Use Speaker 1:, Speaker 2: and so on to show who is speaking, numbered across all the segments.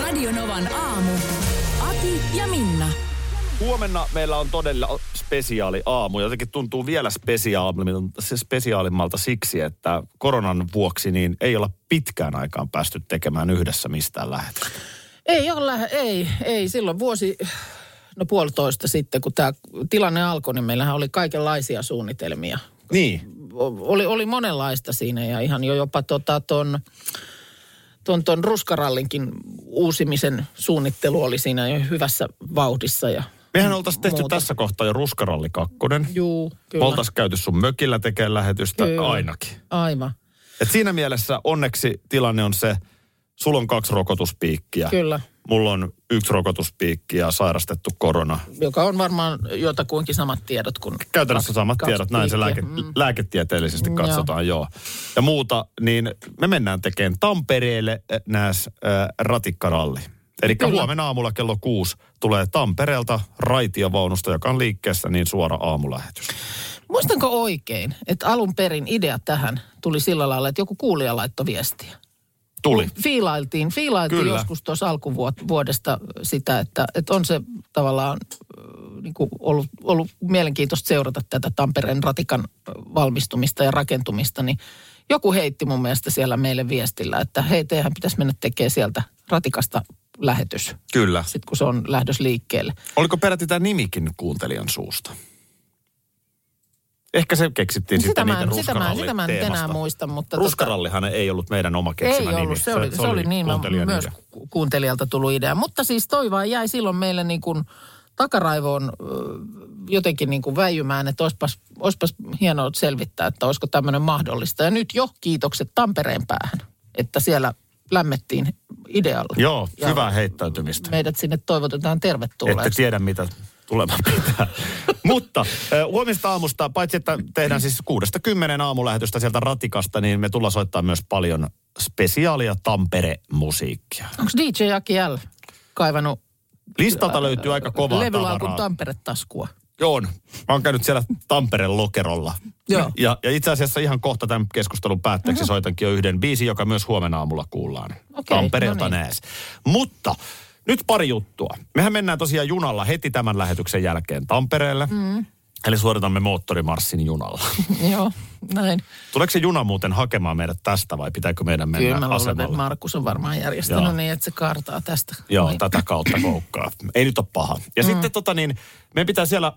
Speaker 1: Radionovan aamu. Ati ja Minna.
Speaker 2: Huomenna meillä on todella spesiaali aamu. Jotenkin tuntuu vielä spesiaalimmalta, se spesiaalimmalta siksi, että koronan vuoksi niin ei olla pitkään aikaan päästy tekemään yhdessä mistään lähetystä.
Speaker 3: Ei olla, ei, ei. Silloin vuosi, no puolitoista sitten, kun tämä tilanne alkoi, niin meillähän oli kaikenlaisia suunnitelmia.
Speaker 2: Niin,
Speaker 3: O- Oli, oli monenlaista siinä ja ihan jo jopa tota ton, ton, ton ruskarallinkin uusimisen suunnittelu oli siinä jo hyvässä vauhdissa. Ja,
Speaker 2: mehän oltaisiin tehty
Speaker 3: Muuta.
Speaker 2: tässä kohtaa jo Ruskaralli 2.
Speaker 3: juu, kyllä.
Speaker 2: Oltaisiin käyty sun mökillä tekemään lähetystä
Speaker 3: Kyllä.
Speaker 2: ainakin.
Speaker 3: Aivan,
Speaker 2: Et siinä mielessä onneksi tilanne on se, sulla on kaksi rokotuspiikkiä.
Speaker 3: kyllä.
Speaker 2: Mulla on yksi rokotuspiikki ja sairastettu korona.
Speaker 3: Joka on varmaan jotakuinkin samat tiedot kuin...
Speaker 2: Käytännössä samat
Speaker 3: kaksi
Speaker 2: tiedot, näin se lääke,
Speaker 3: piikkiä.
Speaker 2: mm.
Speaker 3: Mm.
Speaker 2: lääketieteellisesti katsotaan, joo. Ja muuta, niin me mennään tekemään Tampereelle nääs äh, ratikkaralli. Eli
Speaker 3: Kyllä.
Speaker 2: huomenna aamulla kello kuusi tulee Tampereelta raitiovaunusta, joka on liikkeessä, niin suora aamulähetys.
Speaker 3: Muistanko oikein, että alun perin idea tähän tuli sillä lailla, että joku kuulija laittoi viestiä? Mm.
Speaker 2: Tuli.
Speaker 3: Fiilailtiin, fiilailtiin
Speaker 2: Kyllä.
Speaker 3: Kyllä. joskus tuossa alkuvuodesta sitä, että, että on se tavallaan niin kuin ollut, ollut mielenkiintoista seurata tätä Tampereen ratikan ö, valmistumista ja rakentumista, niin joku heitti mun mielestä siellä meille viestillä, että hei, teidän pitäisi mennä tekemään sieltä ratikasta lähetys,
Speaker 2: Kyllä.
Speaker 3: sitten kun se on lähdös liikkeelle.
Speaker 2: Oliko peräti tämä nimikin kuuntelijan suusta? Ehkä se keksittiin
Speaker 3: Sitä
Speaker 2: sitten
Speaker 3: mä, en,
Speaker 2: niiden
Speaker 3: sitä, mä, sitä mä en nyt enää
Speaker 2: ruskaralliteemasta.
Speaker 3: muista, mutta... tota-
Speaker 2: Ruskarallihan ei ollut meidän oma
Speaker 3: Ei
Speaker 2: keksimä
Speaker 3: ollut,
Speaker 2: nimi.
Speaker 3: se oli, se, oli niin, mä-
Speaker 2: kuuntelijan
Speaker 3: myös
Speaker 2: idea.
Speaker 3: ku- kuuntelijalta tullut idea. Mutta siis toi vaan jäi silloin meille niin kuin takaraivoon ö, jotenkin niin kuin väijymään, että olisipas, olisipas hienoa selvittää, että olisiko tämmöinen mahdollista. Ja nyt jo kiitokset Tampereen päähän, että siellä lämmettiin idealla.
Speaker 2: Joo,
Speaker 3: Ja
Speaker 2: hyvää heittäytymistä.
Speaker 3: Meidät sinne toivotetaan
Speaker 2: Ette
Speaker 3: tervetulleeksi.
Speaker 2: tiedä, mitä tuleman pitää. Mutta eh, huomista aamusta, paitsi että tehdään siis kuudesta kymmenen aamulähetystä sieltä ratikasta, niin me tullaan soittaa myös paljon spesiaalia Tampere-musiikkia.
Speaker 3: Onko DJ Aki L kaivannut
Speaker 2: Listalta löytyy aika kovaa
Speaker 3: levylaukun
Speaker 2: tavaraa.
Speaker 3: Tampere-taskua?
Speaker 2: Joo, mä oon käynyt siellä Tampereen lokerolla.
Speaker 3: Joo.
Speaker 2: Ja, ja itse asiassa ihan kohta tämän keskustelun päätteeksi soitankin jo yhden biisin, joka myös huomenna aamulla kuullaan.
Speaker 3: Okei,
Speaker 2: Tampereelta
Speaker 3: no niin.
Speaker 2: näes. Mutta nyt pari juttua. Mehän mennään tosiaan junalla heti tämän lähetyksen jälkeen Tampereelle. Mm. Eli suoritamme moottorimarssin junalla.
Speaker 3: Joo, näin.
Speaker 2: Tuleeko se juna muuten hakemaan meidät tästä vai pitääkö meidän mennä
Speaker 3: Kyllä mä luulen,
Speaker 2: asemalle?
Speaker 3: että Markus on varmaan järjestänyt
Speaker 2: Joo.
Speaker 3: niin, että se kartaa tästä.
Speaker 2: Joo,
Speaker 3: Niin.
Speaker 2: tätä kautta koukkaa. Ei nyt ole paha. Ja mm. sitten tota niin, meidän pitää siellä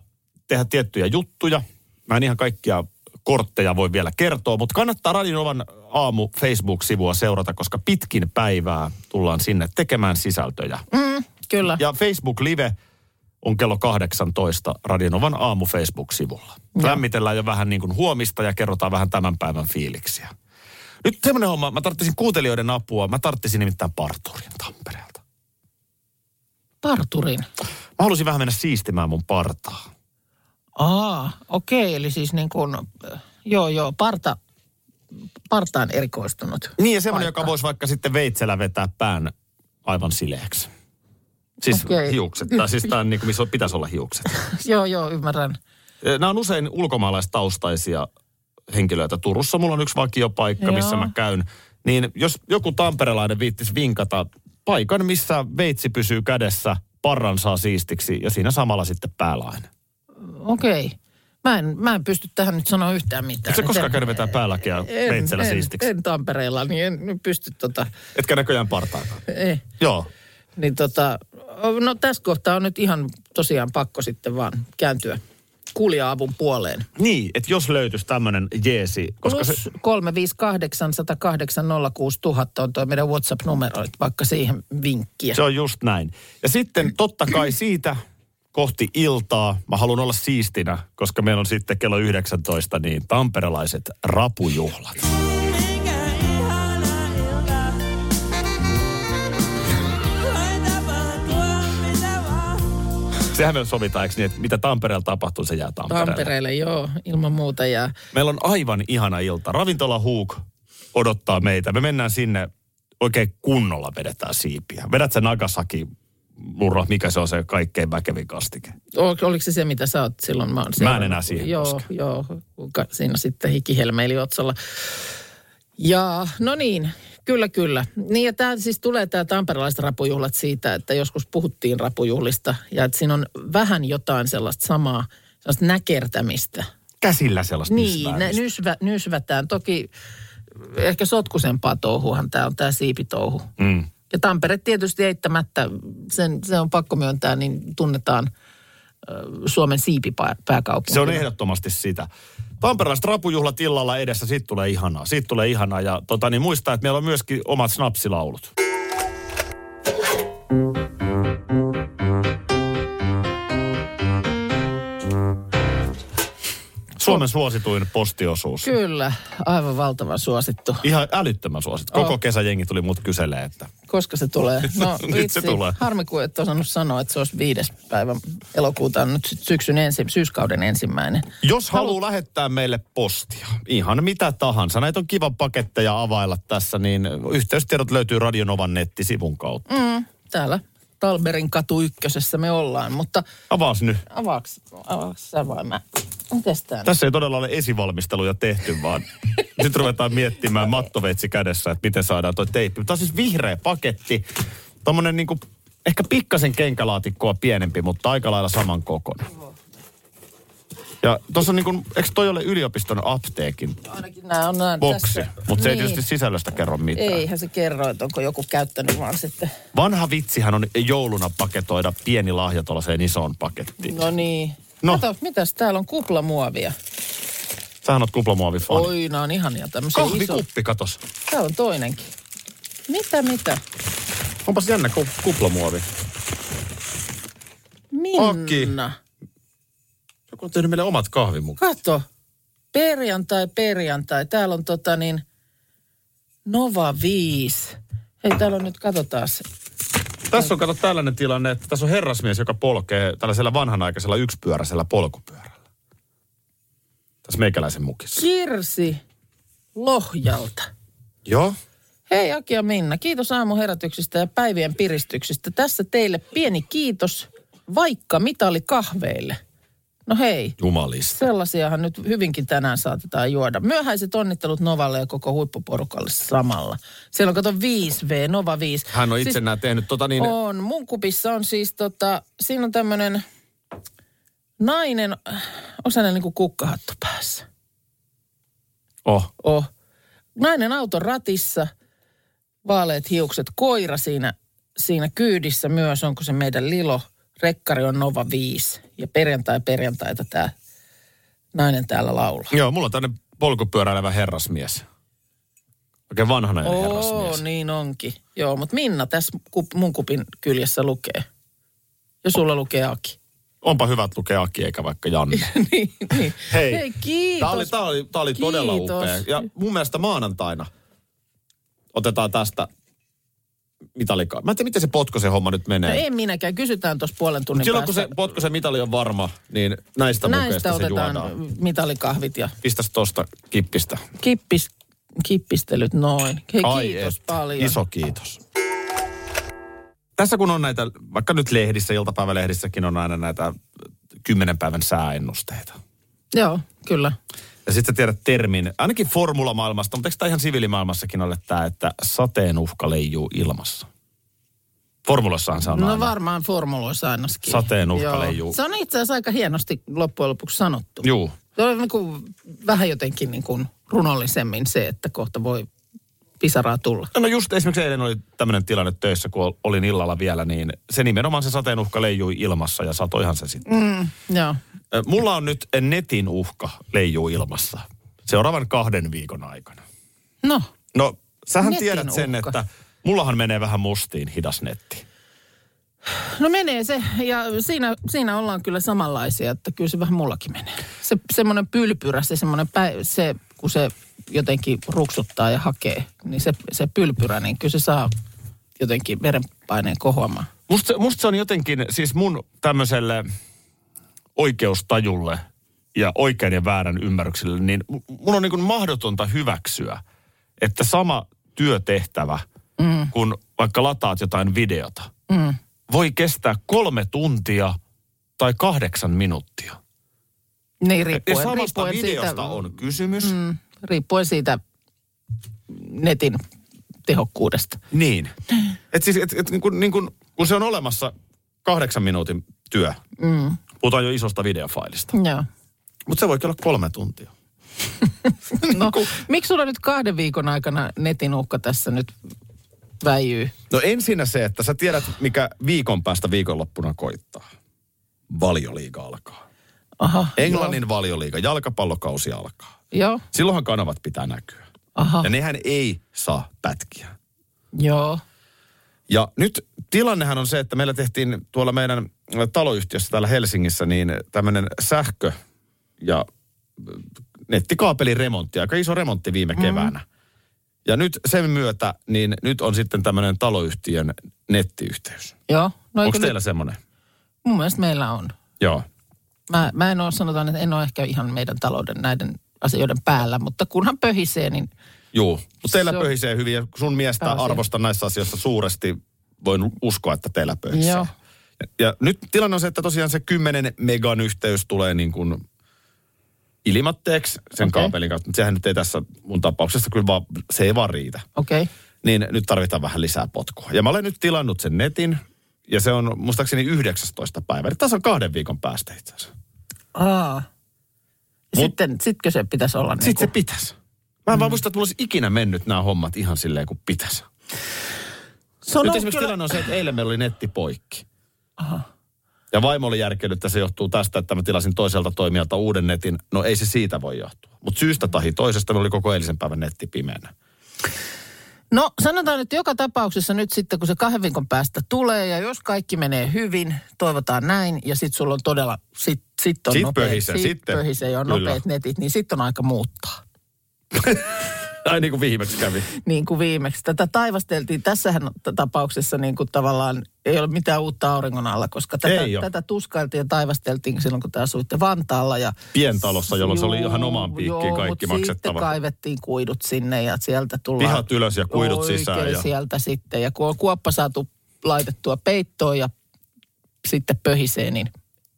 Speaker 2: tehdä tiettyjä juttuja. Mä en ihan kaikkia kortteja voi vielä kertoa, mutta kannattaa Radinovan aamu Facebook-sivua seurata, koska pitkin päivää tullaan sinne tekemään sisältöjä.
Speaker 3: Mm, kyllä, ja.
Speaker 2: Ja Facebook Live on kello 18 Radinovan aamu Facebook-sivulla. Lämmitellään jo vähän niin kuin huomista ja kerrotaan vähän tämän päivän fiiliksiä. Nyt semmoinen homma, mä tarttisin kuuntelijoiden apua, mä tarttisin nimittäin parturin Tampereelta.
Speaker 3: parturin.
Speaker 2: Mä halusin vähän mennä siistimään mun partaa.
Speaker 3: Aa, okei, okay, eli siis niin kuin, äh, joo joo, parta, partaan erikoistunut.
Speaker 2: Niin ja semmoinen,
Speaker 3: Paikka.
Speaker 2: joka voisi vaikka sitten veitsellä vetää pään aivan sileäksi. Siis okay.
Speaker 3: Okei.
Speaker 2: hiukset. Tai siis tämä on niin kuin, missä on- pitäisi olla hiukset.
Speaker 3: joo joo, ymmärrän.
Speaker 2: Nämä on usein ulkomaalaistaustaisia henkilöitä. Turussa mulla on yksi vakiopaikka,
Speaker 3: Joo.
Speaker 2: missä mä käyn. Niin jos joku tamperelainen viittisi vinkata paikan, missä veitsi pysyy kädessä, parran saa siistiksi ja siinä samalla sitten päälainen.
Speaker 3: Okei. Okay. Mä en, mä en pysty tähän nyt sanoa yhtään mitään.
Speaker 2: Et sä
Speaker 3: Et
Speaker 2: koskaan
Speaker 3: en-
Speaker 2: käynyt vetää päälakia veitsellä
Speaker 3: en,
Speaker 2: siistiksi?
Speaker 3: En Tampereella, niin en nyt pysty tota,
Speaker 2: Etkä näköjään partaakaan.
Speaker 3: ei.
Speaker 2: Joo.
Speaker 3: Niin tota, no tässä kohtaa on nyt ihan tosiaan pakko sitten vaan kääntyä kuulija-avun puoleen.
Speaker 2: Niin, että jos löytyisi tämmöinen jeesi, koska
Speaker 3: Plus
Speaker 2: se,
Speaker 3: 358 108 06 000 on tuo meidän WhatsApp-numero, että vaikka siihen vinkkiä.
Speaker 2: se on just näin. Ja sitten totta kai siitä kohti iltaa, mä haluan olla siistinä, koska meillä on sitten kello 19 niin tamperelaiset rapujuhlat. Sehän me sovitaan, eikö niin, että mitä Tampereella tapahtuu, se jää Tampereelle.
Speaker 3: Tampereelle, joo, ilman muuta. Ja
Speaker 2: Meillä on aivan ihana ilta. Ravintola Huuk odottaa meitä. Me mennään sinne oikein kunnolla vedetään siipiä. Vedät se Nagasaki murra, mikä se on se kaikkein väkevin kastike.
Speaker 3: ol- oliko se se, mitä sä oot silloin? Mä, oon seurannut.
Speaker 2: enää siihen
Speaker 3: Joo,
Speaker 2: koske.
Speaker 3: joo, kuinka siinä sitten hikihelmeili otsalla. Ja no niin, kyllä, kyllä. Niin ja tämä siis tulee tämä tamperelaiset rapujuhlat siitä, että joskus puhuttiin rapujuhlista ja että siinä on vähän jotain sellaista samaa, sellaista näkertämistä –
Speaker 2: Käsillä sellaista
Speaker 3: Niin, ne
Speaker 2: nysläämistä.
Speaker 3: nysvä, nysvätään. Toki ehkä sotkusempaa touhuhan tämä on tämä siipitouhu.
Speaker 2: Mm.
Speaker 3: Ja Tampere tietysti eittämättä, sen, se on pakko myöntää, niin tunnetaan ö, Suomen siipipääkaupunki.
Speaker 2: Se on ehdottomasti sitä. Tamperelaiset rapujuhlat illalla edessä, siitä tulee ihanaa. Siitä tulee ihanaa ja tota, niin muista, että meillä on myöskin omat snapsilaulut. Suomen suosituin postiosuus.
Speaker 3: Kyllä, aivan valtava suosittu.
Speaker 2: Ihan älyttömän suosittu. Koko
Speaker 3: Oh.
Speaker 2: kesä jengi tuli mut kyselee, että
Speaker 3: Koska se tulee? No
Speaker 2: Nyt se
Speaker 3: vitsi,
Speaker 2: tulee.
Speaker 3: harmi kun et osannut sanoa, että se olisi viides päivä elokuuta, on nyt sit syksyn ensi, syyskauden ensimmäinen.
Speaker 2: Jos haluaa lähettää meille postia, ihan mitä tahansa, näitä on kiva paketteja availla tässä, niin yhteystiedot löytyy Radionovan nettisivun kautta. Mm.
Speaker 3: Täällä Talberin katu ykkösessä me ollaan, mutta
Speaker 2: Avaas nyt.
Speaker 3: Avaaks, avaaks sä vai mä? Mites tää nyt?
Speaker 2: Tässä ei todella ole esivalmisteluja tehty, vaan nyt ruvetaan miettimään mattoveitsi kädessä, että miten saadaan toi teippi. Tämä on siis vihreä paketti, tommonen niinku, ehkä pikkasen kenkälaatikkoa pienempi, mutta aika lailla saman kokoinen. Ja tuossa on niinku, eikö toi ole yliopiston apteekin
Speaker 3: Ainakin nää on nää
Speaker 2: boksi,
Speaker 3: tässä.
Speaker 2: mutta se ei
Speaker 3: Niin.
Speaker 2: tietysti sisällöstä kerro mitään.
Speaker 3: Eihän se kerro, että onko joku käyttänyt vaan sitten.
Speaker 2: Vanha vitsihän on jouluna paketoida pieni lahja tuollaiseen isoon pakettiin. No.
Speaker 3: No niin.
Speaker 2: No.
Speaker 3: No. Kato, mitäs täällä on kuplamuovia.
Speaker 2: Sähän oot kuplamuovifani.
Speaker 3: Oi, nää on ihania tämmöisiä iso.
Speaker 2: Kahvikuppi, katos.
Speaker 3: Tää on toinenkin. Mitä, mitä?
Speaker 2: Onpas jännä ku, kuplamuovi.
Speaker 3: Minna.
Speaker 2: Joku on tehnyt meille omat kahvimukat.
Speaker 3: Kato. Perjantai, perjantai. Täällä on tota niin Nova 5. Hei, täällä on nyt, katsotaan
Speaker 2: Tässä on kato tällainen tilanne, että tässä on herrasmies, joka polkee tällaisella vanhanaikaisella yksipyöräisellä polkupyörällä. Tässä meikäläisen mukissa.
Speaker 3: Kirsi Lohjalta.
Speaker 2: Joo.
Speaker 3: Hei Aki ja Minna, kiitos aamuherätyksistä ja päivien piristyksistä. Tässä teille pieni kiitos, vaikka mitali kahveille. No hei,
Speaker 2: Jumalista.
Speaker 3: sellaisiahan nyt hyvinkin tänään saatetaan juoda. Myöhäiset onnittelut Novalle ja koko huippuporukalle samalla. Siellä on kato 5V, Nova 5.
Speaker 2: Hän on itse
Speaker 3: siis,
Speaker 2: siis... nämä tehnyt tota niin...
Speaker 3: On, mun kupissa on siis tota, siinä on tämmönen nainen, äh, onko hänellä niinku kukkahattu päässä?
Speaker 2: Oh.
Speaker 3: Oh. Nainen auton ratissa, vaaleet hiukset, koira siinä, siinä kyydissä myös, onko se meidän Lilo. Rekkari on Nova 5 ja perjantai perjantaita tämä nainen täällä laulaa.
Speaker 2: Joo, mulla on tänne polkupyöräilevä herrasmies. Oikein vanhanainen herrasmies.
Speaker 3: niin onkin. Joo, mutta Minna tässä kup- mun kupin kyljessä lukee. Ja sulla lukee Aki.
Speaker 2: Onpa hyvät lukea Aki eikä vaikka Janne.
Speaker 3: niin, niin.
Speaker 2: Hei,
Speaker 3: Hei, kiitos.
Speaker 2: Tämä oli, tää oli, tää oli todella
Speaker 3: Kiitos.
Speaker 2: upea. Ja mun mielestä maanantaina otetaan tästä mitalikaa. Mä en tiedä, miten se potkosen homma nyt menee.
Speaker 3: No en minäkään. Kysytään tuossa puolen
Speaker 2: Mut
Speaker 3: tunnin
Speaker 2: silloin kun
Speaker 3: päästä.
Speaker 2: se potkosen mitali on varma, niin näistä,
Speaker 3: Näistä
Speaker 2: mukeista se
Speaker 3: otetaan
Speaker 2: juodaan.
Speaker 3: mitalikahvit ja
Speaker 2: Pistäs tosta kippistä.
Speaker 3: Kippis, kippistelyt noin. Hei,
Speaker 2: Ai
Speaker 3: kiitos
Speaker 2: et.
Speaker 3: paljon.
Speaker 2: Iso kiitos. Tässä kun on näitä, vaikka nyt lehdissä, iltapäivälehdissäkin on aina näitä kymmenen päivän sääennusteita.
Speaker 3: Joo, kyllä. No
Speaker 2: Ja sitten tiedät termin, ainakin formulamaailmasta, mutta eikö tämä ihan siviilimaailmassakin ole tämä, että sateen uhka leijuu ilmassa? Formulassahan se on
Speaker 3: No,
Speaker 2: aina.
Speaker 3: varmaan formuloissa ainakin.
Speaker 2: Sateen uhka
Speaker 3: Joo.
Speaker 2: leijuu.
Speaker 3: Se on itse asiassa aika hienosti loppujen lopuksi sanottu.
Speaker 2: Juu.
Speaker 3: Se on niin kuin, vähän jotenkin niin kuin runollisemmin se, että kohta voi pisaraa tulla.
Speaker 2: No just esimerkiksi eilen oli tämmöinen tilanne töissä, kun olin illalla vielä, niin se nimenomaan se sateen uhka leijui ilmassa ja satoihan se sitten. Mm.
Speaker 3: Joo.
Speaker 2: Mulla on nyt netin uhka leijuu ilmassa seuraavan kahden viikon aikana.
Speaker 3: No,
Speaker 2: No, sähän
Speaker 3: Netin
Speaker 2: tiedät sen,
Speaker 3: uhka.
Speaker 2: että mullahan menee vähän mustiin hidas netti.
Speaker 3: no menee se ja siinä, siinä ollaan kyllä samanlaisia, että kyllä se vähän mullakin menee. Se semmoinen pylpyrä, se semmoinen pä, se, kun se jotenkin ruksuttaa ja hakee, niin se, se pylpyrä, niin kyllä se saa jotenkin verenpaineen kohoamaan.
Speaker 2: Musta, se- musta se on jotenkin siis mun tämmöiselle oikeustajulle ja oikean ja väärän ymmärrykselle, niin mu- mun on niin kuin mahdotonta hyväksyä, että sama työtehtävä, mm. kun vaikka lataat jotain videota, mm. voi kestää kolme tuntia tai kahdeksan minuuttia.
Speaker 3: Niin
Speaker 2: Ja
Speaker 3: riippuen,
Speaker 2: samasta
Speaker 3: riippuen
Speaker 2: videosta
Speaker 3: siitä,
Speaker 2: on kysymys. Mm.
Speaker 3: Mm, riippuen siitä netin tehokkuudesta.
Speaker 2: Niin. Et siis, et, et, niin kun, niin kun, kun se on olemassa kahdeksan minuutin työ, mm. puhutaan jo isosta videofailista.
Speaker 3: Joo.
Speaker 2: Mutta se voi olla kolme tuntia.
Speaker 3: No, miksi sulla nyt kahden viikon aikana netin uhka tässä nyt väijyy?
Speaker 2: No ensinnä se, että sä tiedät, mikä viikon päästä viikonloppuna koittaa. Valioliiga alkaa.
Speaker 3: Aha,
Speaker 2: Englannin valioliiga, jalkapallokausi alkaa.
Speaker 3: Joo,
Speaker 2: Silloinhan kanavat pitää näkyä.
Speaker 3: aha,
Speaker 2: Ja nehän ei saa pätkiä.
Speaker 3: joo.
Speaker 2: Ja nyt tilannehan on se, että meillä tehtiin tuolla meidän taloyhtiössä täällä Helsingissä niin tämmöinen sähkö- ja äh, nettikaapeliremontti, aika iso remontti viime
Speaker 3: Mm.
Speaker 2: keväänä. Ja nyt sen myötä, niin nyt on sitten tämmöinen taloyhtiön nettiyhteys.
Speaker 3: Joo. No
Speaker 2: Onko
Speaker 3: eikö
Speaker 2: teillä semmoinen?
Speaker 3: nyt- Mun mielestä meillä on.
Speaker 2: Joo.
Speaker 3: Mä, mä en ole, sanotaan, että en ole ehkä ihan meidän talouden näiden asioiden päällä, mutta kunhan pöhisee, niin
Speaker 2: Joo. Mutta teillä
Speaker 3: Se on-
Speaker 2: pöhisee hyvin ja sun miestä
Speaker 3: Pääasia.
Speaker 2: arvostan näissä asioissa suuresti. Voin uskoa, että teillä pöhisee.
Speaker 3: Joo.
Speaker 2: Ja, ja nyt tilanne on se, että tosiaan se 10 megan yhteys tulee niin kuin ilmatteeksi sen okay.
Speaker 3: Okei.
Speaker 2: kaapelin kautta. Mut Sehän nyt ei tässä mun tapauksessa kyllä vaan, se ei vaan riitä.
Speaker 3: okei.
Speaker 2: Niin nyt tarvitaan vähän lisää potkua. Ja mä olen nyt tilannut sen netin ja se on muistaakseni 19. päivä. Eli tässä on kahden viikon päästä itse asiassa.
Speaker 3: Aa.
Speaker 2: Mut-
Speaker 3: Sitten, sitkö se pitäisi olla niin
Speaker 2: Sitten se pitäisi. Mä en mm. vaan muista, että mulla olisi ikinä mennyt nämä hommat ihan silleen kuin pitäisi.
Speaker 3: se
Speaker 2: Nyt
Speaker 3: on ollut
Speaker 2: esimerkiksi
Speaker 3: No, kyllä-
Speaker 2: tilanne on se, että eilen meillä oli netti poikki. Aha. Ja vaimo oli järkeillyt, että se johtuu tästä, että mä tilasin toiselta toimijalta uuden netin. No ei se siitä voi johtua. Mutta syystä tahi toisesta meillä oli koko eilisen päivän netti pimeänä.
Speaker 3: No sanotaan, että joka tapauksessa nyt sitten, kun se kahden viikon päästä tulee ja jos kaikki menee hyvin, toivotaan näin ja sitten sulla on todella, sit, sit on
Speaker 2: Sit
Speaker 3: nopeat,
Speaker 2: pöhisee,
Speaker 3: sit
Speaker 2: sitten.
Speaker 3: pöhisee ja on
Speaker 2: Kyllä.
Speaker 3: nopeat netit, niin sitten on aika muuttaa.
Speaker 2: Ai niin kuin viimeksi kävi.
Speaker 3: Niin kuin viimeksi. Tätä taivasteltiin. Tässähän t- tapauksessa niin kuin tavallaan ei ole mitään uutta auringon alla, koska tätä,
Speaker 2: Ei oo.
Speaker 3: tätä tuskailtiin ja taivasteltiin silloin, kun te asuitte Vantaalla. Ja
Speaker 2: Pientalossa, jolloin se oli ihan omaan piikkiin
Speaker 3: joo,
Speaker 2: kaikki
Speaker 3: mut sitten
Speaker 2: maksettava.
Speaker 3: kaivettiin kuidut sinne ja sieltä tullaan.
Speaker 2: Pihat ylös ja kuidut
Speaker 3: oikein
Speaker 2: sisään ja-
Speaker 3: sieltä sitten. Ja kun on kuoppa saatu laitettua peittoon ja sitten pöhisee, niin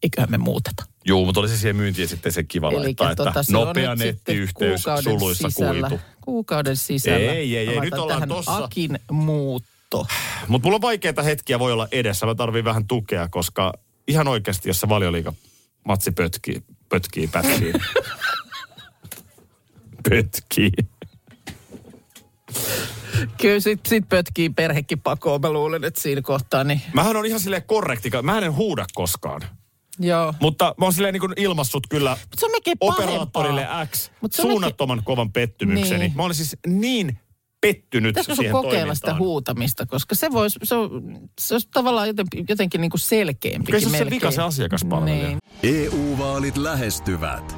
Speaker 3: eiköhän me muuteta.
Speaker 2: Juu, mutta oli se siihen myyntiin sitten se kiva
Speaker 3: Elikkä tota,
Speaker 2: laittaa, että
Speaker 3: se on
Speaker 2: nopea
Speaker 3: nyt sitten
Speaker 2: nettiyhteys
Speaker 3: kuukauden
Speaker 2: suluissa
Speaker 3: sisällä,
Speaker 2: kuitu.
Speaker 3: Kuukauden sisällä.
Speaker 2: Ei, ei, ei,
Speaker 3: Mä
Speaker 2: nyt
Speaker 3: laitan
Speaker 2: ollaan
Speaker 3: tähän
Speaker 2: tossa.
Speaker 3: Akin muutto.
Speaker 2: Mutta mulla on vaikeita hetkiä voi olla edessä. Mä tarviin vähän tukea, koska ihan oikeasti, jos se valioliiga matsi pötkii, pötkii pätkii. pötkii.
Speaker 3: Kyllä sit, sit pötkii perhekin pakoon, mä luulen, että siinä kohtaa, niin
Speaker 2: Mähän on ihan silleen korrekti. Mä en huuda koskaan.
Speaker 3: joo.
Speaker 2: Mutta mä oon silleen niin ilmassut kyllä
Speaker 3: Mut se on mekin
Speaker 2: operaattorille
Speaker 3: pahempaa.
Speaker 2: X
Speaker 3: Mut se on
Speaker 2: suunnattoman kovan pettymykseni.
Speaker 3: Niin.
Speaker 2: Niin. Mä olin siis niin pettynyt
Speaker 3: Pitäisikö sun
Speaker 2: siihen
Speaker 3: kokeilla sitä
Speaker 2: toimintaan.
Speaker 3: huutamista, koska se voisi, se, on, se olisi tavallaan joten, jotenkin niin kuin selkeämpikin
Speaker 2: Kyllä se on se
Speaker 3: melkein.
Speaker 2: vika se asiakaspalvelija.
Speaker 3: Niin.
Speaker 4: EU-vaalit E lähestyvät.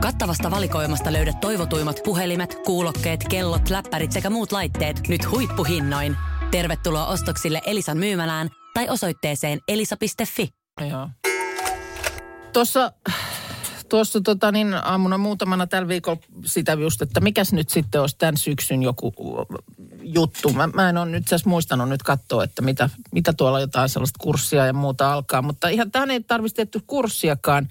Speaker 5: Kattavasta valikoimasta löydät toivotuimmat puhelimet, kuulokkeet, kellot, läppärit sekä muut laitteet nyt huippuhinnoin. Tervetuloa ostoksille Elisan myymälään tai osoitteeseen elisa.fi.
Speaker 3: Joo. Tuossa, tuossa tota niin, aamuna muutamana tällä viikolla sitä just, että mikäs nyt sitten olisi tämän syksyn joku juttu. Mä, mä en ole nyt itse asiassa muistanut nyt katsoa, että mitä, mitä tuolla jotain sellaista kurssia ja muuta alkaa. Mutta ihan tähän ei tarvitsisi tehty kurssiakaan.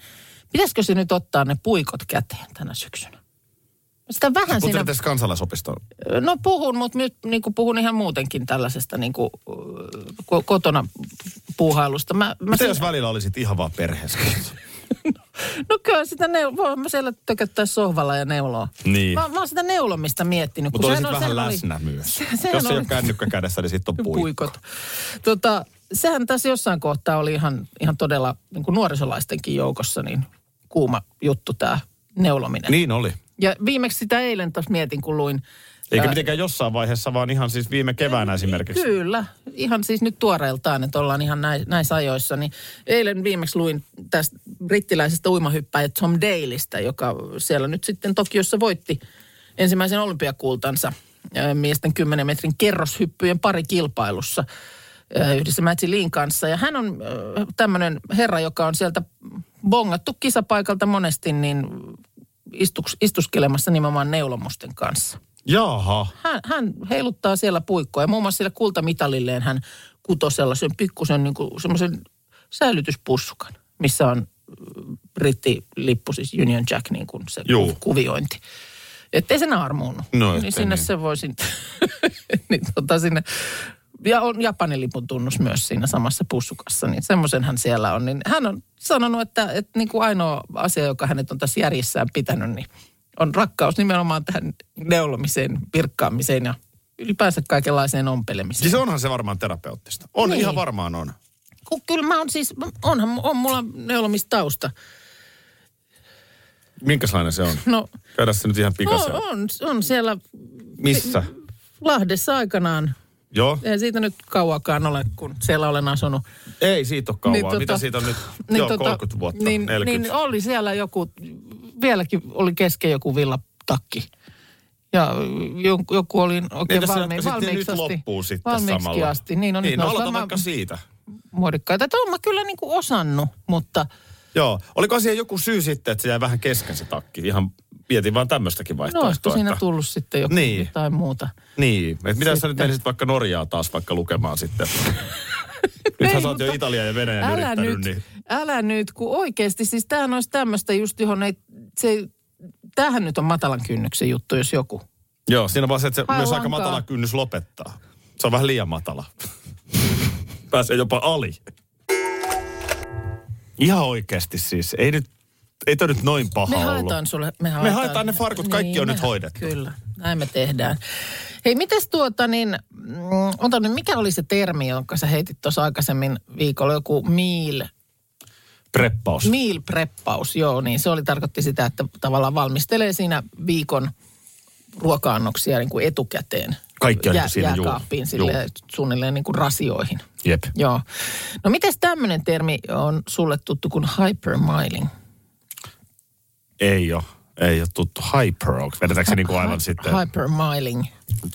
Speaker 3: Pitäisikö se nyt ottaa ne puikot käteen tänä syksynä? Mä Sitä vähän siinä...
Speaker 2: Kuuntelet No, tässä kansalaisopistoon.
Speaker 3: No puhun, mutta nyt niin kuin puhun ihan muutenkin tällaisesta niin kuin, ko- kotona puuhailusta. Mä, mä
Speaker 2: Mitä jos välillä olisit ihan vaan perheessä?
Speaker 3: No kyllä sitä neuloa, voin mä siellä tököttää sohvalla ja neuloa.
Speaker 2: Niin.
Speaker 3: Mä, mä oon sitä neulomista miettinyt.
Speaker 2: Mutta olisit
Speaker 3: sehän on-
Speaker 2: vähän
Speaker 3: sehän oli-
Speaker 2: läsnä myös.
Speaker 3: Se- sehän
Speaker 2: Jos ei
Speaker 3: oli-
Speaker 2: ole kännykkä kädessä, niin sitten on puikko.
Speaker 3: puikot. Tota, sehän tässä jossain kohtaa oli ihan, ihan todella niin kuin nuorisolaistenkin joukossa niin kuuma juttu tämä neulominen. Niin.
Speaker 2: Niin oli.
Speaker 3: Ja viimeksi sitä eilen taas mietin, kun luin.
Speaker 2: Eikä
Speaker 3: ää,
Speaker 2: mitenkään jossain vaiheessa, vaan ihan siis viime keväänä esimerkiksi.
Speaker 3: Kyllä, ihan siis nyt tuoreeltaan, että ollaan ihan näin, näissä ajoissa. Niin eilen viimeksi luin tästä brittiläisestä uimahyppäjä Tom Daleista, joka siellä nyt sitten Tokiossa voitti ensimmäisen olympiakultansa äh, miesten 10 metrin kerroshyppyjen parikilpailussa äh, yhdessä Matti Liin kanssa. Ja hän on tämmöinen herra, joka on sieltä bongattu kisapaikalta monesti niin istuks, istuskelemassa nimenomaan neulomusten kanssa
Speaker 2: Jaha.
Speaker 3: hän, hän heiluttaa siellä puikkoa. Ja muun muassa sillä kultamitalilleen hän kutoi sellaisen pikkusen niin semmoisen säilytyspussukan, missä on mm, brittilippu, siis Union Jack niin kuin se
Speaker 2: Juu.
Speaker 3: Juu. kuviointi. Että ei se naarmuunut.
Speaker 2: No, ettei
Speaker 3: niin sinne
Speaker 2: niin.
Speaker 3: se voisi, niin tota sinne. Ja on Japanin lipun tunnus myös siinä samassa pussukassa, niin semmoisenhan siellä on. Niin hän on sanonut, että, että niin kuin ainoa asia, joka hänet on tässä järjissään pitänyt, niin on rakkaus nimenomaan tähän neulomiseen, virkkaamiseen ja ylipäänsä kaikenlaiseen ompelemiseen.
Speaker 2: Siis onhan se varmaan terapeuttista. On, niin.
Speaker 3: Niin.
Speaker 2: ihan varmaan on.
Speaker 3: Kun kyllä mä oon siis, onhan on mulla neulomistausta.
Speaker 2: Minkälainen se on?
Speaker 3: No,
Speaker 2: Käydä se nyt ihan
Speaker 3: on,
Speaker 2: pikaseen.
Speaker 3: on, on siellä
Speaker 2: Missä?
Speaker 3: Lahdessa aikanaan.
Speaker 2: Joo.
Speaker 3: Ei siitä nyt kauakaan ole, kun siellä olen asunut.
Speaker 2: Ei siitä ole kauan. Niin, tota, Mitä siitä on nyt? Niin, Joo, tota, 30 vuotta, niin,
Speaker 3: niin,
Speaker 2: 40.
Speaker 3: Niin oli siellä joku, vieläkin oli kesken joku villatakki. Ja joku, joku oli oikein
Speaker 2: Entäs Niin, se jatka
Speaker 3: valmi,
Speaker 2: sitten
Speaker 3: valmiiksi
Speaker 2: nyt
Speaker 3: asti.
Speaker 2: loppuu sitten
Speaker 3: valmiiksi
Speaker 2: samalla?
Speaker 3: asti. Niin, no, nyt
Speaker 2: niin
Speaker 3: ne
Speaker 2: no
Speaker 3: olisi
Speaker 2: aloita
Speaker 3: varmaan
Speaker 2: vaikka siitä.
Speaker 3: muodikkaita. Että oon mä kyllä niin kuin osannut, mutta no
Speaker 2: Joo. Oliko siihen joku syy sitten, että se jäi vähän kesken se takki? Ihan mietin vaan tämmöistäkin
Speaker 3: no olisiko
Speaker 2: vaihtoehtoa.
Speaker 3: siinä
Speaker 2: että-
Speaker 3: tullut sitten joku,
Speaker 2: Niin.
Speaker 3: jotain muuta.
Speaker 2: Niin. Et mitä sä nyt
Speaker 3: Sitten.
Speaker 2: menisit vaikka Norjaa taas vaikka lukemaan sitten? Nythän sä oot jo
Speaker 3: mutta
Speaker 2: Italia ja Venäjän
Speaker 3: Älä
Speaker 2: yrittänyt,
Speaker 3: nyt,
Speaker 2: niin...
Speaker 3: älä nyt, kun oikeasti, siis tämähän olisi tämmöistä just, johon ei, se, ei- tämähän nyt on matalan kynnyksen juttu, jos joku.
Speaker 2: Joo, siinä on vaan se, että se
Speaker 3: Hae
Speaker 2: myös aika
Speaker 3: lankaa.
Speaker 2: matala kynnys lopettaa. Se on vähän liian matala. Pääsee jopa ali. Ihan oikeasti siis. Ei nyt, ei toi nyt noin paha
Speaker 3: Me
Speaker 2: ollut.
Speaker 3: haetaan sulle. Me haetaan, Niin,
Speaker 2: haetaan ne farkut, kaikki on
Speaker 3: me
Speaker 2: nyt
Speaker 3: ha-
Speaker 2: hoidettu.
Speaker 3: Kyllä, näin me tehdään. Hei, mites tuota niin, mm, ota nyt, mikä oli se termi, jonka sä heitit tuossa aikaisemmin viikolla, joku meal,
Speaker 2: Preppaus.
Speaker 3: meal preppaus, joo, niin se oli, tarkoitti sitä, että tavallaan valmistelee siinä viikon ruoka-annoksia niin kuin etukäteen.
Speaker 2: Kaikki on niin
Speaker 3: Jää-
Speaker 2: siinä, juu.
Speaker 3: jääkaappiin
Speaker 2: Juu.
Speaker 3: sille suunnilleen niin kuin rasioihin.
Speaker 2: Jep.
Speaker 3: Joo. No mites tämmöinen termi on sulle tuttu kuin hypermiling?
Speaker 2: Ei oo. Ei ole tuttu hyper. onks- Vedetäänkö se niinku aivan sitten,
Speaker 3: Hypermiling.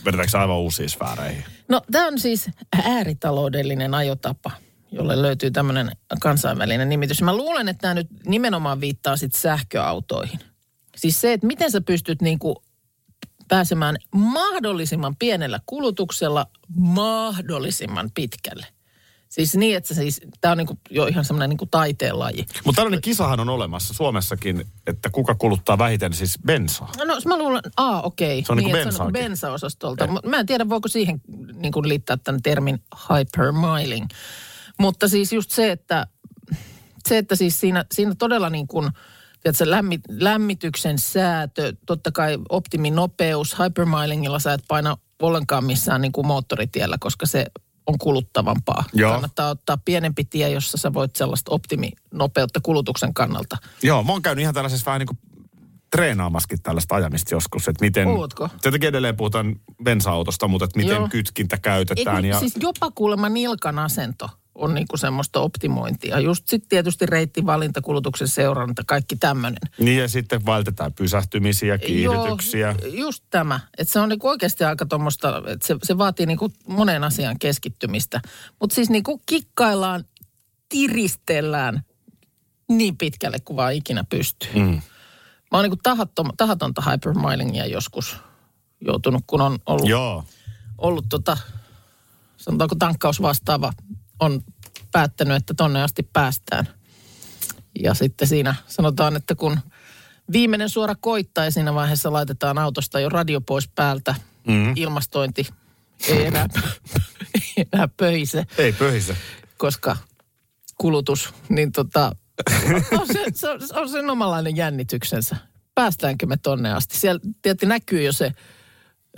Speaker 2: vedetäänkö se aivan uusiin sfääreihin?
Speaker 3: No tämä on siis ääritaloudellinen ajotapa, jolle löytyy tämmöinen kansainvälinen nimitys. Mä luulen, että tämä nyt nimenomaan viittaa sit sähköautoihin. Siis se, että miten sä pystyt niinku pääsemään mahdollisimman pienellä kulutuksella mahdollisimman pitkälle. Siis niin, että se siis, tämä on niinku jo ihan semmoinen niinku taiteenlaji.
Speaker 2: Mutta tällainen kisahan on olemassa Suomessakin, että kuka kuluttaa vähiten siis bensaa.
Speaker 3: No mä luulen, aa okei. Niin,
Speaker 2: Se on niinku
Speaker 3: että
Speaker 2: bensaakin. Eh.
Speaker 3: bensaosastolta. Mut Mä en tiedä, voiko siihen niin kuin liittää tämän termin hypermiling. Mutta siis just se, että, se, että siis siinä, siinä todella niin kuin, tiedätkö, lämmi, lämmityksen säätö, totta kai optiminopeus, hypermilingilla sä et paina ollenkaan missään niin kuin moottoritiellä, koska se on kuluttavampaa.
Speaker 2: Joo.
Speaker 3: Kannattaa ottaa pienempi tie, jossa sä voit sellaista optiminopeutta kulutuksen kannalta
Speaker 2: Joo, mä oon käynyt ihan tällaisessa vähän niin kuin treenaamaskin tällaista ajamista joskus, että miten...
Speaker 3: Ootko?
Speaker 2: Tietenkin edelleen puhutaan bensa-autosta, mutta että miten Joo.
Speaker 3: Joo.
Speaker 2: kytkintä
Speaker 3: Eiku,
Speaker 2: käytetään. ja...
Speaker 3: Siis jopa kuulemma nilkan asento on niinku semmoista optimointia. Just sitten tietysti reitti, valinta, kulutuksen seuranta, kaikki tämmöinen.
Speaker 2: Niin ja sitten vältetään pysähtymisiä, kiihdytyksiä. Joo.
Speaker 3: just tämä. Että se on niinku oikeasti aika tuommoista, että se, se vaatii niinku moneen asiaan keskittymistä. Mutta siis niinku kikkaillaan, tiristellään niin pitkälle kuin vaan ikinä pystyy. Mm. Mä oon niinku tahattom, tahatonta hypermilingia joskus joutunut, kun on ollut
Speaker 2: Joo.
Speaker 3: ollut tota, sanotaanko tankkausvastaava on päättänyt, että tonne asti päästään. Ja sitten siinä sanotaan, että kun Viimeinen suora koittaa ja siinä vaiheessa laitetaan autosta jo radio pois päältä. Mm. Ilmastointi ei enää, ei enää pöise,
Speaker 2: Ei pöhisä.
Speaker 3: koska kulutus, niin tota, on, se, se, on, se on sen omanlainen jännityksensä. Päästäänkö me tonne asti? Siellä tietysti näkyy jo se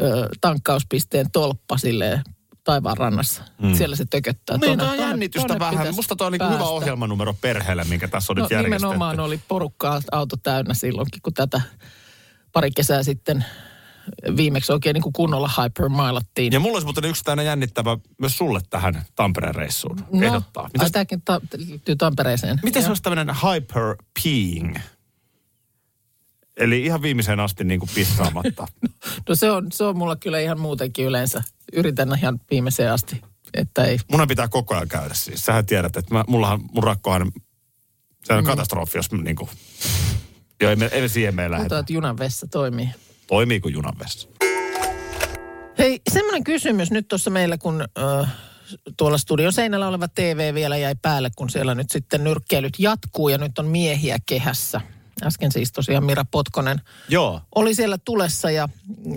Speaker 3: ö, tankkauspisteen tolppa silleen taivaan rannassa. Mm. Siellä se tököttää.
Speaker 2: Niin,
Speaker 3: Tonne-
Speaker 2: tämä on
Speaker 3: tonne-
Speaker 2: jännitystä
Speaker 3: tonne
Speaker 2: vähän.
Speaker 3: pitäisi
Speaker 2: Musta toi on niinku hyvä
Speaker 3: päästä. No,
Speaker 2: ohjelmanumero perheelle, minkä tässä on nyt järjestetty.
Speaker 3: nimenomaan oli porukkaa auto täynnä silloinkin, kun tätä pari kesää sitten viimeksi oikein niin kuin kunnolla hypermailattiin.
Speaker 2: Ja mulla olisi muuten yksi tämmöinen jännittävä myös sulle tähän Tampereen reissuun
Speaker 3: no,
Speaker 2: ehdottaa.
Speaker 3: ai
Speaker 2: Mitäs,
Speaker 3: tämäkin ta- liittyy Tampereeseen.
Speaker 2: miten se
Speaker 3: Joo.
Speaker 2: olisi tämmöinen hyper peeing? Eli ihan viimeiseen asti niin kuin pissaamatta.
Speaker 3: No se on, se on mulla kyllä ihan muutenkin yleensä. Yritän ihan viimeiseen asti, että ei.
Speaker 2: Munhan pitää koko ajan käydä siis. Sähän tiedät, että mä, mullahan, mun rakkohan, se on katastrofi, jos mä niin kuin, joo, ei, me, ei me siihen me
Speaker 3: Mutta
Speaker 2: lähdetä.
Speaker 3: että junan vessa toimii.
Speaker 2: Toimii kuin junavessa.
Speaker 3: Hei, semmoinen kysymys nyt tuossa meillä, kun äh, tuolla studion seinällä oleva TV vielä jäi päälle, kun siellä nyt sitten nyrkkeilyt jatkuu ja nyt on miehiä kehässä. Äsken siis tosiaan Mira Potkonen
Speaker 2: Joo.
Speaker 3: oli siellä tulessa ja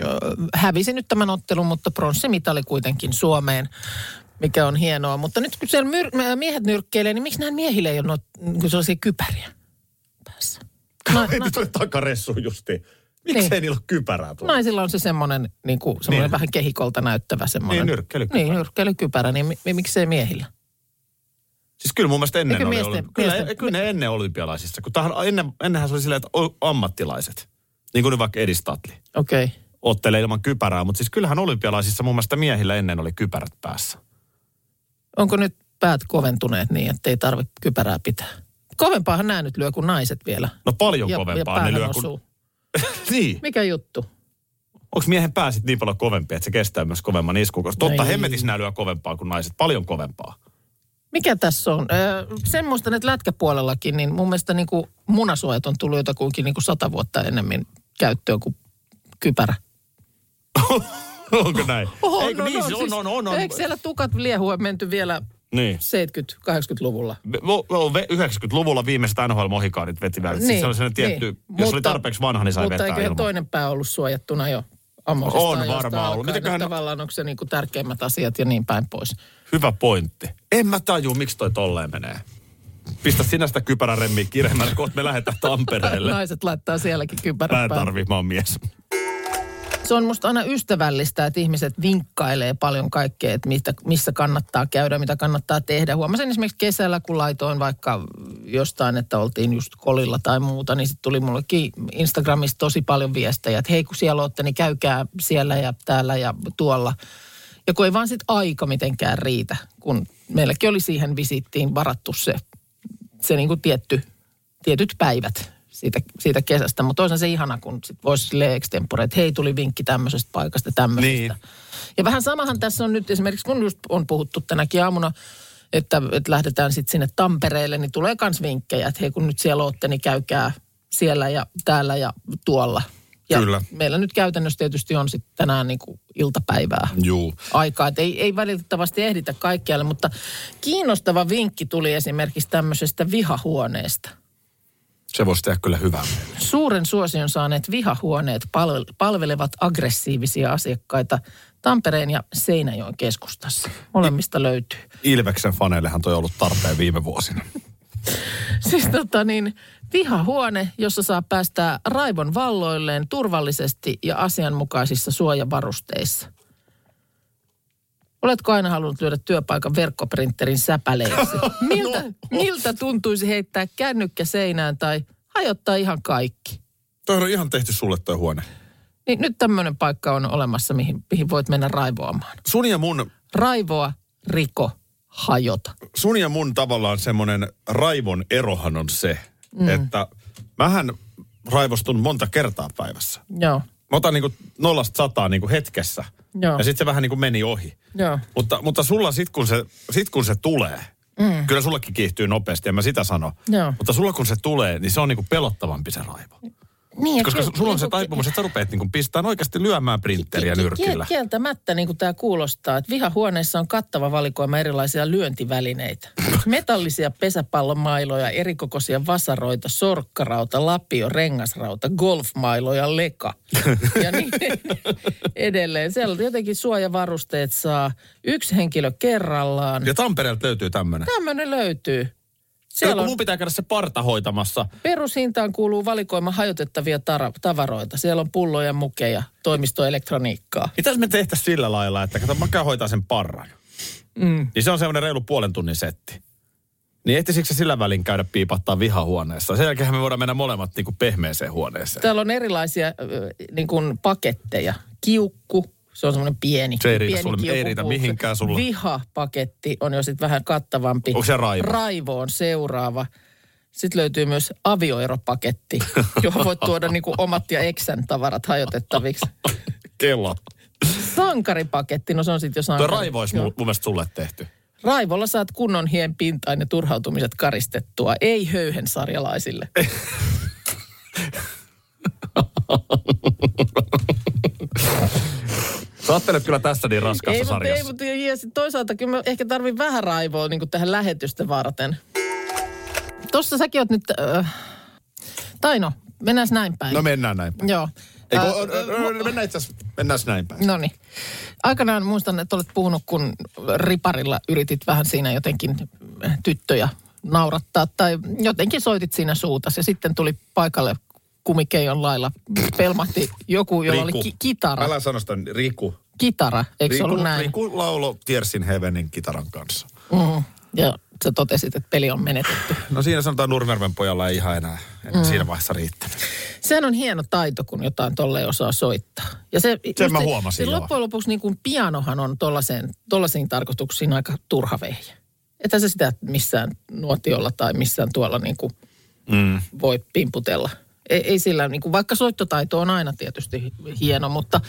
Speaker 3: ö, hävisi nyt tämän ottelun, mutta pronssimitali kuitenkin Suomeen, mikä on hienoa. Mutta nyt kun siellä myr- mä- miehet nyrkkeilee, niin miksi näin miehillä ei ole noit, niin sellaisia kypäriä päässä? Na,
Speaker 2: Ei,
Speaker 3: na,
Speaker 2: nyt oli takaressu justiin. Miksei
Speaker 3: Niin.
Speaker 2: niillä ole kypärää tuolla?
Speaker 3: naisilla on se semmoinen, niin kuin, semmoinen
Speaker 2: Niin.
Speaker 3: niin. vähän kehikolta näyttävä semmoinen.
Speaker 2: Niin, nyrkkeilykypärä.
Speaker 3: Niin, nyrkkeilykypärä, niin mi- mi- miksei miehillä?
Speaker 2: Siis kyllä mun mielestä ennen
Speaker 3: Eikö
Speaker 2: oli
Speaker 3: miesten-
Speaker 2: ollut. Kyllä, e-
Speaker 3: miesten-
Speaker 2: kyllä ne ennen olympialaisissa. Kun tähän, ennen, ennenhän se oli silleen, että o- ammattilaiset. Niin kuin nyt vaikka Edi Statli.
Speaker 3: Okei. Okay.
Speaker 2: Ottelee ilman kypärää, mutta siis kyllähän olympialaisissa mun mielestä miehillä ennen oli kypärät päässä.
Speaker 3: Onko nyt päät koventuneet niin, että ei tarvitse kypärää pitää? Kovempaahan nämä nyt lyö kuin naiset vielä.
Speaker 2: No paljon
Speaker 3: ja,
Speaker 2: kovempaa ne
Speaker 3: ja päähän
Speaker 2: lyö
Speaker 3: osuu.
Speaker 2: kuin... niin.
Speaker 3: Mikä juttu?
Speaker 2: Onko miehen pää sit niin paljon kovempi, että se kestää myös kovemman iskun? Koska totta
Speaker 3: Ei.
Speaker 2: hemmetis nää lyö kovempaa kuin naiset. Paljon kovempaa.
Speaker 3: Mikä tässä on? Öö, sen muistan, että lätkäpuolellakin, niin mun mielestä niin kuin munasuojat on tullut jotakuinkin niin kuin sata vuotta enemmän käyttöön kuin kypärä.
Speaker 2: Onko näin?
Speaker 3: Oho, no, siis
Speaker 2: Eikö niin? se on, on, on, on.
Speaker 3: Eikö siellä tukat liehua menty vielä
Speaker 2: Niin.
Speaker 3: 70-80-luvulla?
Speaker 2: Me- me- me- 90-luvulla viimeiset NHL-mohikaanit veti välit. Siis se oli sellainen tietty, niin, jos oli tarpeeksi vanha, niin sai
Speaker 3: Mutta
Speaker 2: vetää
Speaker 3: eiköhän
Speaker 2: ilman.
Speaker 3: toinen pää ollut suojattuna jo ammoisesta
Speaker 2: On
Speaker 3: ajoista
Speaker 2: varmaan ollut.
Speaker 3: alkaen, että
Speaker 2: Mitenköhän-
Speaker 3: Tavallaan onko se niin kuin tärkeimmät asiat ja niin päin pois.
Speaker 2: Hyvä pointti. En mä tajua, miksi toi tolleen menee. Pistä sinä sitä kypäräremmiä kireemmälle, kohta me lähdetään Tampereelle.
Speaker 3: Naiset laittaa sielläkin
Speaker 2: Mä
Speaker 3: kypärän
Speaker 2: en
Speaker 3: päälle.
Speaker 2: tarvii, mä oon mies.
Speaker 3: Se on musta aina ystävällistä, että ihmiset vinkkailee paljon kaikkea, että mistä, missä kannattaa käydä, mitä kannattaa tehdä. Huomasin esimerkiksi kesällä, kun laitoin vaikka jostain, että oltiin just kolilla tai muuta, niin sitten tuli mullekin Instagramissa tosi paljon viestejä, että hei kun siellä olette, niin käykää siellä ja täällä ja tuolla. Ja kun ei vaan sitten aika mitenkään riitä, kun meilläkin oli siihen visittiin varattu se, se niin kuin tietty, tietyt päivät siitä, siitä kesästä. Mutta toisaalta se ihana, kun sit voisi silleen extempore, että hei, tuli vinkki tämmöisestä paikasta, tämmöisestä. Niin. Ja vähän samahan tässä on nyt esimerkiksi, kun just on puhuttu tänäkin aamuna, että, että lähdetään sitten sinne Tampereelle, niin tulee kans vinkkejä, että hei kun nyt siellä ootte, niin käykää siellä ja täällä ja tuolla. Ja
Speaker 2: Kyllä.
Speaker 3: meillä nyt käytännössä tietysti on sitten tänään niin kuin iltapäivää
Speaker 2: Juu.
Speaker 3: aikaa. Et ei, ei valitettavasti ehditä kaikkialle, mutta kiinnostava vinkki tuli esimerkiksi tämmöisestä vihahuoneesta.
Speaker 2: Se voisi tehdä kyllä hyvää. meille.
Speaker 3: Suuren suosion saaneet vihahuoneet palvel- palvelevat aggressiivisia asiakkaita Tampereen ja Seinäjoen keskustassa. Molemmista löytyy.
Speaker 2: Ilveksen faneillehan toi on ollut tarpeen viime vuosina.
Speaker 3: Siis tota niin, vihahuone, jossa saa päästää raivon valloilleen turvallisesti ja asianmukaisissa suojavarusteissa. Oletko aina halunnut lyödä työpaikan verkkoprinterin säpäleiksi?
Speaker 2: No.
Speaker 3: Miltä, miltä tuntuisi heittää kännykkä seinään tai hajottaa ihan kaikki?
Speaker 2: Toi on ihan tehty sulle toi huone.
Speaker 3: Niin nyt tämmöinen paikka on olemassa, mihin, mihin voit mennä raivoamaan.
Speaker 2: Sun ja mun,
Speaker 3: Raivoa, riko, hajota.
Speaker 2: sun ja mun tavallaan semmoinen raivon erohan on se, mm. että mähän raivostun monta kertaa päivässä.
Speaker 3: Joo,
Speaker 2: Mä otan niinku nollasta sataa niinku hetkessä.
Speaker 3: Joo.
Speaker 2: Ja sitten se vähän niinku meni ohi.
Speaker 3: joo.
Speaker 2: Mutta, mutta sulla sit kun se, sit kun se tulee, mm. kyllä sullakin kiihtyy nopeasti, en mä sitä sano.
Speaker 3: Joo.
Speaker 2: Mutta sulla kun se tulee, niin se on niinku pelottavampi se raivo.
Speaker 3: Niin, ja
Speaker 2: Koska
Speaker 3: kyllä-
Speaker 2: sulla on se
Speaker 3: niinku-
Speaker 2: taipumus, että sä rupeat niin pistään oikeasti lyömään printeriä
Speaker 3: Ki- ki-
Speaker 2: nyrkillä.
Speaker 3: kiel- Kieltämättä niin kuin tämä kuulostaa, että vihahuoneessa on kattava valikoima erilaisia lyöntivälineitä. Metallisia pesäpallomailoja, erikokoisia vasaroita, sorkkarauta, lapio, rengasrauta, golfmailoja, leka. Ja niin edelleen. Siellä on jotenkin suojavarusteet saa yksi henkilö kerrallaan.
Speaker 2: Ja Tampereelta löytyy tämmöinen.
Speaker 3: Tämmöinen löytyy.
Speaker 2: Siellä
Speaker 3: Siellä on
Speaker 2: Mun pitää käydä se parta hoitamassa.
Speaker 3: Perushintaan kuuluu valikoima hajotettavia tara- tavaroita. Siellä on pulloja, mukeja, toimistoelektroniikkaa.
Speaker 2: Mitäs me tehtäisiin sillä lailla, että kato, mä käyn hoitaa sen parran. Mm. Niin se on semmoinen reilu puolen tunnin setti. Niin ehtisikö se sillä välin käydä piipattaa vihahuoneessa? Sen jälkeen me voidaan mennä molemmat niin kuin pehmeeseen huoneeseen.
Speaker 3: Täällä on erilaisia äh, niin kuin paketteja. Kiukku, se on semmoinen pieni.
Speaker 2: Se ei riitä
Speaker 3: pieni
Speaker 2: sulle, ei
Speaker 3: kiukku-
Speaker 2: riitä mihinkään sulle.
Speaker 3: Vihapaketti on jo sitten vähän kattavampi.
Speaker 2: Onko se raivo?
Speaker 3: Raivo on seuraava. Sitten löytyy myös avioeropaketti, johon voit tuoda niin kuin omat ja eksän tavarat hajotettaviksi.
Speaker 2: Kello.
Speaker 3: Sankaripaketti, no se on sitten jo
Speaker 2: Tuo
Speaker 3: sankari.
Speaker 2: raivo olisi
Speaker 3: Joo.
Speaker 2: mun, mun mielestä sulle tehty.
Speaker 3: Raivolla saat kunnon hien pintaan ja turhautumiset karistettua, ei höyhen sarjalaisille.
Speaker 2: Sä ajattelet kyllä tässä niin raskassa
Speaker 3: ei, mutta, ei,
Speaker 2: sarjassa.
Speaker 3: mutta ja sit toisaalta kyllä mä ehkä tarvin vähän raivoa niin tähän lähetystä varten. Tossa säkin oot nyt, äh, tai no, mennään näin päin.
Speaker 2: No mennään näin päin.
Speaker 3: Joo.
Speaker 2: Ei,
Speaker 3: Äh,
Speaker 2: kun, äh, äh, mennään itse asiassa, mennään näin päin.
Speaker 3: No niin. Aikanaan muistan, että olet puhunut, kun riparilla yritit vähän siinä jotenkin äh, tyttöjä naurattaa tai jotenkin soitit siinä suutas ja sitten tuli paikalle kumikeijon lailla pelmahti joku, jolla oli ki- kitara.
Speaker 2: Älä sano sitä Riku.
Speaker 3: Kitara, eikö se
Speaker 2: Riku,
Speaker 3: ollut näin?
Speaker 2: Riku laulo Tiersin Heavenin kitaran kanssa.
Speaker 3: Mm. Ja sä totesit, että peli on menetetty.
Speaker 2: No siinä sanotaan Nurmerven pojalla ei ihan enää, enää mm. siinä vaiheessa riittänyt.
Speaker 3: Sehän on hieno taito, kun jotain tolleen osaa soittaa. Ja se, just
Speaker 2: mä
Speaker 3: se-
Speaker 2: huomasin,
Speaker 3: Se
Speaker 2: joo.
Speaker 3: loppujen lopuksi niin kuin pianohan on tollaiseen, tollaisiin tarkoituksiin aika turha vehje. Että se sitä missään nuotiolla tai missään tuolla niin kuin
Speaker 2: Mm.
Speaker 3: voi pimputella. Ei, ei sillä, niin kuin, vaikka soittotaito on aina tietysti hieno, mutta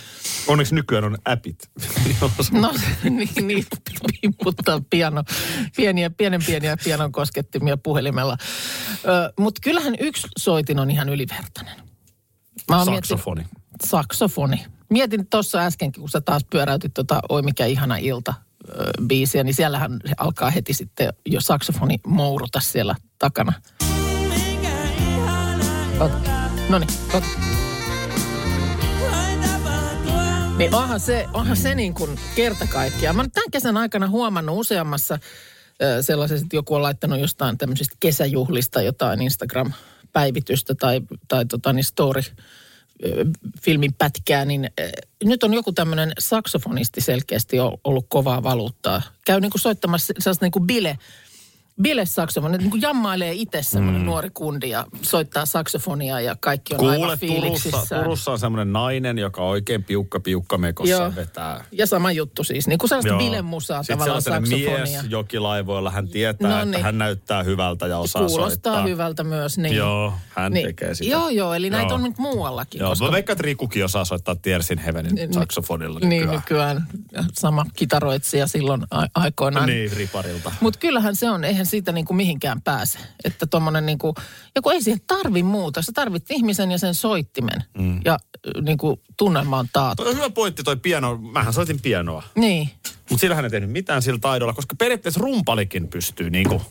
Speaker 2: Onneksi nykyään on appit.
Speaker 3: no niin, niin pimputtaa piano, pieniä, pienen pieniä pianon koskettimia puhelimella. Mutta kyllähän yksi soitin on ihan ylivertainen. Mä oon miettinyt-
Speaker 2: Saksofoni.
Speaker 3: saksofoni. Mietin tuossa äskenkin, kun sä taas pyöräytit tota Oi mikä ihana ilta ö, biisiä, niin siellähän se alkaa heti sitten jo saksofoni mouruta siellä takana. No niin, Niin onhan se, onhan se niin kuin kerta kaikkiaan. Mä oon tämän kesän aikana huomannut useammassa ö, sellaisessa, että joku on laittanut jostain tämmöisistä kesäjuhlista jotain Instagram-päivitystä tai, tai tota niin story ö, filmin pätkää, niin ö, nyt on joku tämmöinen saksofonisti selkeästi o- ollut kovaa valuuttaa. Käy niin kuin soittamassa sellaista niin kuin bile, bile saksofoni, niin kuin jammailee itse semmoinen mm. nuori kundi ja soittaa saksofonia ja kaikki on
Speaker 2: Kuule,
Speaker 3: aivan fiiliksissä.
Speaker 2: Turussa, Turussa on semmoinen nainen, joka oikein piukka piukka mekossa vetää.
Speaker 3: Ja sama juttu siis, niin kuin sellaista
Speaker 2: Joo.
Speaker 3: bilemusaa
Speaker 2: Sitten
Speaker 3: tavallaan
Speaker 2: sellainen
Speaker 3: saksofonia.
Speaker 2: mies jokilaivoilla, hän tietää, no,
Speaker 3: No
Speaker 2: niin. että
Speaker 3: niin.
Speaker 2: hän näyttää hyvältä ja osaa
Speaker 3: Kuulostaa
Speaker 2: soittaa.
Speaker 3: hyvältä myös, niin.
Speaker 2: Joo, hän
Speaker 3: niin.
Speaker 2: tekee sitä.
Speaker 3: Joo, joo, eli näitä
Speaker 2: Joo.
Speaker 3: on nyt muuallakin.
Speaker 2: Joo,
Speaker 3: koska
Speaker 2: mä veikkaan, että Rikukin osaa soittaa Tiersin Heavenin
Speaker 3: Niin,
Speaker 2: saksofonilla
Speaker 3: niin
Speaker 2: nykyään.
Speaker 3: nykyään sama kitaroitsija silloin a- aikoinaan.
Speaker 2: Niin, riparilta.
Speaker 3: Mutta kyllähän se on, eihän siitä niinku mihinkään pääse. Että tommonen niinku, ja kun ei siihen tarvi muuta, sä tarvit ihmisen ja sen soittimen. Mm. Ja ö, niinku tunnelma on taattu.
Speaker 2: Toi on hyvä pointti toi piano. Mähän soitin pianoa.
Speaker 3: Niin.
Speaker 2: Mutta sillähän ei tehnyt mitään sillä taidolla, koska periaatteessa rumpalikin pystyy niinku.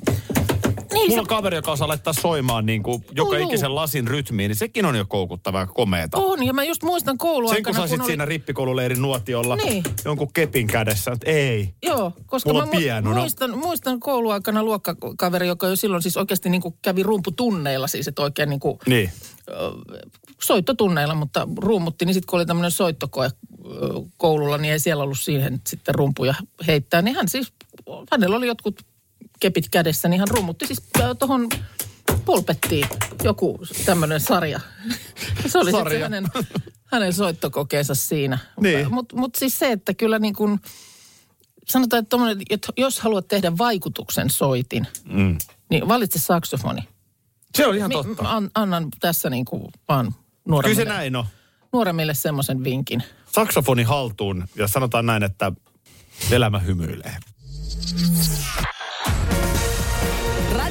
Speaker 3: Niin
Speaker 2: Mulla
Speaker 3: se
Speaker 2: on kaveri, joka osaa laittaa soimaan niinku joka
Speaker 3: juu.
Speaker 2: ikisen lasin rytmiin, niin sekin on jo koukuttavaa ja komeeta.
Speaker 3: on. Ja mä just muistan
Speaker 2: Sen
Speaker 3: kouluaikana,
Speaker 2: kun saisit oli... siinä rippikoululeirin nuotiolla
Speaker 3: Niin.
Speaker 2: jonkun kepin kädessä, että ei.
Speaker 3: Joo, koska
Speaker 2: Mulla
Speaker 3: mä
Speaker 2: on pianona.
Speaker 3: mu- muistan, muistan kouluaikana luokkakaveri, joka jo silloin siis oikeasti niin kuin kävi rumputunneilla siis, että oikein niin kuin
Speaker 2: Niin.
Speaker 3: soittotunneilla, mutta rummutti, niin sitten kun oli tämmöinen soittokoe ö, koululla, niin ei siellä ollut siihen sitten rumpuja heittää. Niin hän siis, hänellä oli jotkut kepit kädessä, niin hän rummutti siis tuohon pulpettiin joku tämmöinen sarja. Se oli sitten se
Speaker 2: Sarja.
Speaker 3: hänen, hänen soittokokeensa siinä.
Speaker 2: Niin.
Speaker 3: Mutta mut siis se, että kyllä niin kuin, sanotaan, että, tommonen, että jos haluat tehdä vaikutuksen soitin,
Speaker 2: Mm.
Speaker 3: niin valitse saksofoni.
Speaker 2: Se on ihan
Speaker 3: Mi-
Speaker 2: totta.
Speaker 3: An, annan tässä niin kuin vaan
Speaker 2: Kyllä se
Speaker 3: nuoremmille,
Speaker 2: näin on.
Speaker 3: nuoremmille semmoisen vinkin.
Speaker 2: Saksofoni haltuun ja sanotaan näin, että elämä hymyilee.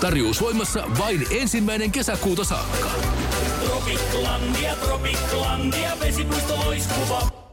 Speaker 6: Tarjous voimassa vain ensimmäinen kesäkuuta saakka.
Speaker 7: Tropiklandia, Tropiklandia, vesipuisto loistuva.